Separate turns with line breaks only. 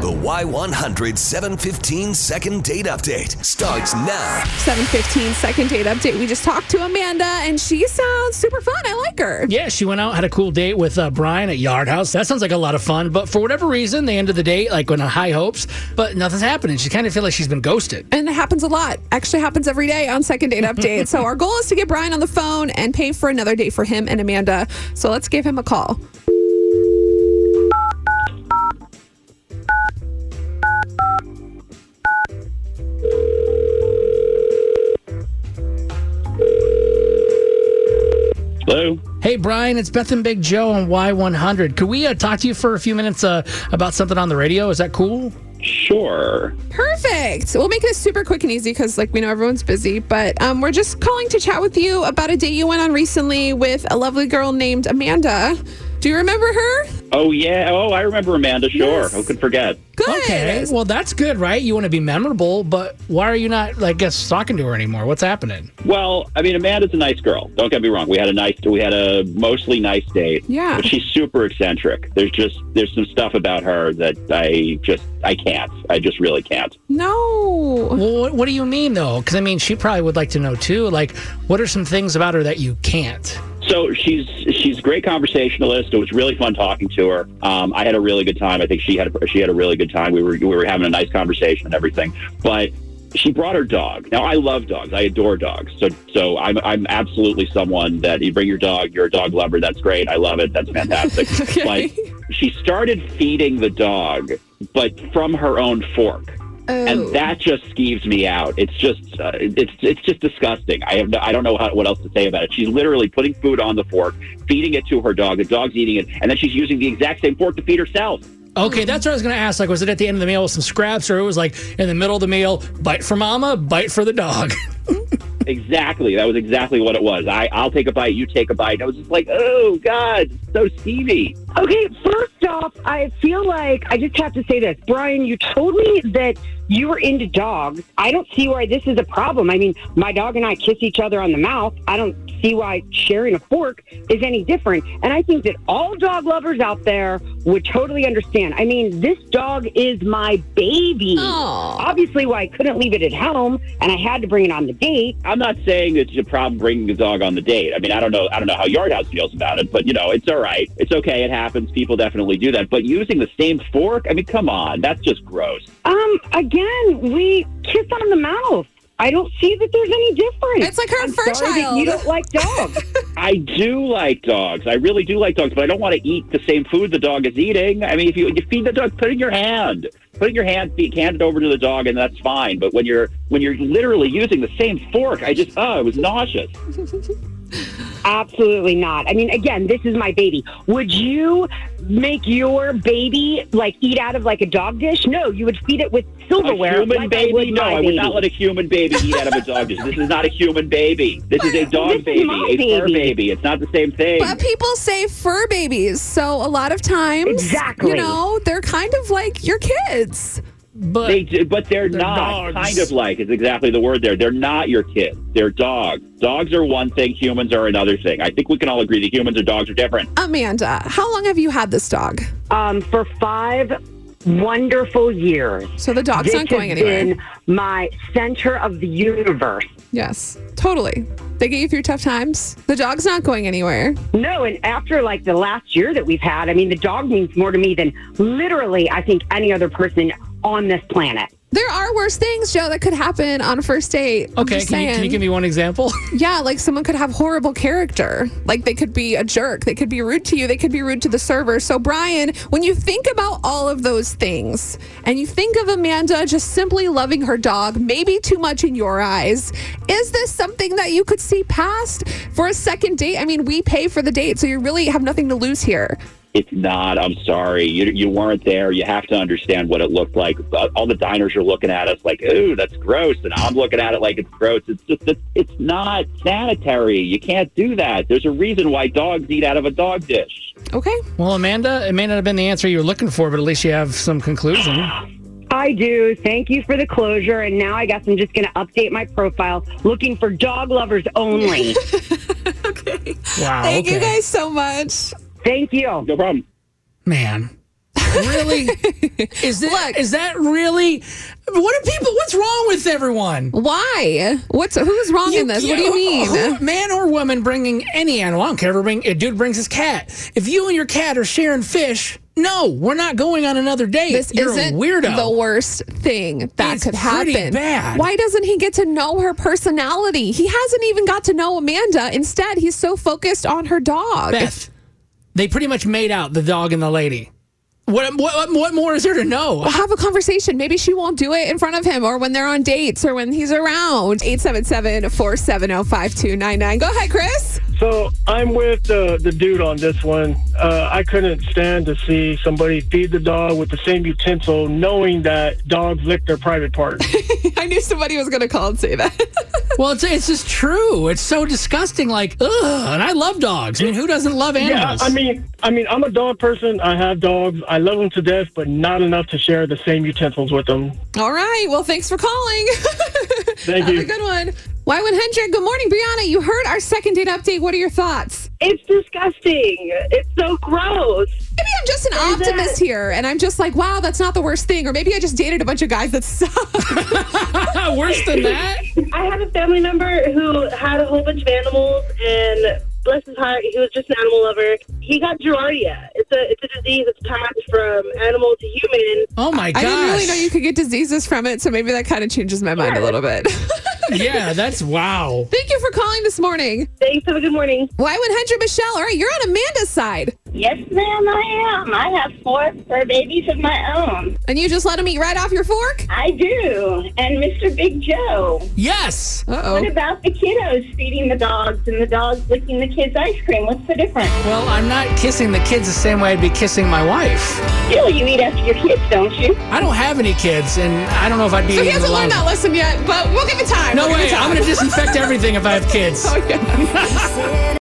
The Y100 715 second date update starts now.
715 second date update. We just talked to Amanda and she sounds super fun. I like her.
Yeah, she went out, had a cool date with uh, Brian at Yard House. That sounds like a lot of fun, but for whatever reason, they ended the date like on high hopes, but nothing's happening. She kind of feels like she's been ghosted.
And it happens a lot. Actually happens every day on second date update. so our goal is to get Brian on the phone and pay for another date for him and Amanda. So let's give him a call.
Hello.
Hey, Brian, it's Beth and Big Joe on Y100. Could we uh, talk to you for a few minutes uh, about something on the radio? Is that cool?
Sure.
Perfect. We'll make this super quick and easy because, like, we know everyone's busy. But um, we're just calling to chat with you about a date you went on recently with a lovely girl named Amanda. Do you remember her?
Oh yeah. Oh, I remember Amanda. Sure.
Yes.
Who could forget?
Good.
Okay, well, that's good, right? You want to be memorable, but why are you not, like, guess, talking to her anymore? What's happening?
Well, I mean, Amanda's a nice girl. Don't get me wrong. We had a nice. We had a mostly nice date.
Yeah.
But she's super eccentric. There's just there's some stuff about her that I just I can't. I just really can't.
No.
Well, what, what do you mean, though? Because, I mean, she probably would like to know, too. Like, what are some things about her that you can't?
So she's she's a great conversationalist. It was really fun talking to her. Um, I had a really good time. I think she had a, she had a really good time. We were we were having a nice conversation and everything. But she brought her dog. Now I love dogs. I adore dogs. So so I'm I'm absolutely someone that you bring your dog. You're a dog lover. That's great. I love it. That's fantastic.
Okay.
Like she started feeding the dog, but from her own fork
Oh.
and that just skeeves me out. It's just uh, it's it's just disgusting. I have no, I don't know how, what else to say about it. She's literally putting food on the fork, feeding it to her dog. The dog's eating it, and then she's using the exact same fork to feed herself.
Okay, that's what I was going to ask. Like, was it at the end of the meal with some scraps, or it was like in the middle of the meal, bite for mama, bite for the dog?
Exactly, that was exactly what it was. I I'll take a bite, you take a bite. I was just like, oh god, so steamy.
Okay, first off, I feel like I just have to say this. Brian, you told me that you were into dogs. I don't see why this is a problem. I mean, my dog and I kiss each other on the mouth. I don't see why sharing a fork is any different. And I think that all dog lovers out there would totally understand. I mean, this dog is my baby.
Aw.
Obviously, why I couldn't leave it at home and I had to bring it on the date.
I'm not saying it's a problem bringing the dog on the date. I mean, I don't know. I don't know how Yard House feels about it, but you know, it's all right. It's okay. It happens. People definitely do that. But using the same fork, I mean, come on, that's just gross.
Um, again, we kiss on the mouth. I don't see that there's any difference.
It's like her
I'm
fur
sorry that
child.
You don't like dogs.
I do like dogs. I really do like dogs, but I don't want to eat the same food the dog is eating. I mean, if you, you feed the dog, put it in your hand, put it in your hand, feed, hand it over to the dog, and that's fine. But when you're when you're literally using the same fork, I just oh, I was nauseous.
Absolutely not. I mean, again, this is my baby. Would you make your baby like eat out of like a dog dish? No, you would feed it with silverware.
a human
like I
baby?
would
no,
my
I would
baby.
not let a human baby eat out of a dog dish. This is not a human baby. This is a
This
dog
is
baby,
my
a fur
baby.
baby. It's not the same thing.
But people say fur babies, so a lot of times,
Exactly.
you know, they're kind of like your kids.
But
They do, but they're, not.
dogs.
Kind of like is exactly the word there. They're not your kids. They're dogs. Dogs are one thing. Humans are another thing. I think we can all agree that humans and dogs are different.
Amanda, how long have you had this dog?
Um, for five wonderful years.
So the dog's
this
not going
has
anywhere.
been my center of the universe.
Yes, totally. They get you through tough times. The dog's not going anywhere.
No, and after like the last year that we've had, I mean, the dog means more to me than literally, I think, any other person on this planet.
There are worse things, Joe, that could happen on a first date. I'm
okay,
just
can you, can you
saying.
give me one example?
Yeah, like someone could have horrible character. Like they could be a jerk. They could be rude to you. They could be rude to the server. So, Brian, when you think about all of those things and you think of Amanda just simply loving her dog, maybe too much in your eyes, is this something that you could see past for a second date? I mean, we pay for the date, so you really have nothing to lose here.
It's not. I'm sorry. You, you weren't there. You have to understand what it looked like. Uh, All the diners are looking at us like, ooh, that's gross. And I'm looking at it like it's gross. It's just, it's, it's not sanitary. You can't do that. There's a reason why dogs eat out of a dog dish.
Okay?
well, Amanda, it may not have been the answer you were looking for, but at least you have some conclusion.
I do. Thank you for the closure. And now I guess I'm just going to update my profile looking for dog lovers only.
Wow.
Thank you
okay.
guys so much.
Thank you.
No problem.
Man. really? Is that
Look.
is that really? What are people? What's wrong with everyone?
Why? What's who's wrong in this? what do you mean?
who- man or woman bringing any animal? I don't care. If we bring, a dude brings his cat. If you and your cat are sharing fish, no, we're not going on another date.
this
You're
isn't
a weirdo.
the worst thing that
It's
could
pretty
happen.
bad.
Why doesn't he get to know her personality? He hasn't even got to know Amanda. Instead, he's so focused on her dog.
Beth, they pretty much made out the dog and the lady. What what what more is there to know?
Have a conversation. Maybe she won't do it in front of him or when they're on dates or when he's around. 877 470 5299. Go ahead, Chris.
So I'm with uh, the dude on this one. Uh, I couldn't stand to see somebody feed the dog with the same utensil, knowing that dogs lick their private parts.
I knew somebody was going to call and say that.
Well, it's it's just true. It's so disgusting. Like, ugh. And I love dogs. I mean, who doesn't love
yeah,
animals?
I mean, I mean, I'm a dog person. I have dogs. I love them to death, but not enough to share the same utensils with them.
All right. Well, thanks for calling.
Thank
Have
you.
a good one. Why would Hendrick? Good morning, Brianna. You heard our second date update. What are your thoughts?
It's disgusting. It's so gross.
Maybe I'm just an optimist here, and I'm just like, wow, that's not the worst thing. Or maybe I just dated a bunch of guys that suck.
worse than that.
I had a family member who had a whole bunch of animals, and bless his heart, he was just an animal lover. He got Girardia. It's a it's a disease that's passed from animal to human.
Oh my
I
gosh.
didn't really know you could get diseases from it, so maybe that kind of changes my mind a little bit.
yeah, that's wow.
Thank you for calling this morning.
Thanks. Have a good morning.
Why would Hendra Michelle? All right, you're on Amanda's side,
Yes, ma'am. I am. I have four fur babies of my own.
and you just let him eat right off your fork.
I do. And Mr. Big Joe.
Yes.
Uh oh.
about the kiddos feeding the dogs and the dogs licking the kids' ice cream? What's the difference?
Well, I'm not kissing the kids the same way I'd be kissing my wife.
Still, you eat after your kids, don't you?
I don't have any kids, and I don't know if I'd be.
So he
even
hasn't learned
allowed-
that lesson yet, but we'll give it time.
No
We'll give it
way. I'm
time.
gonna disinfect everything if I have kids.
Oh, yeah.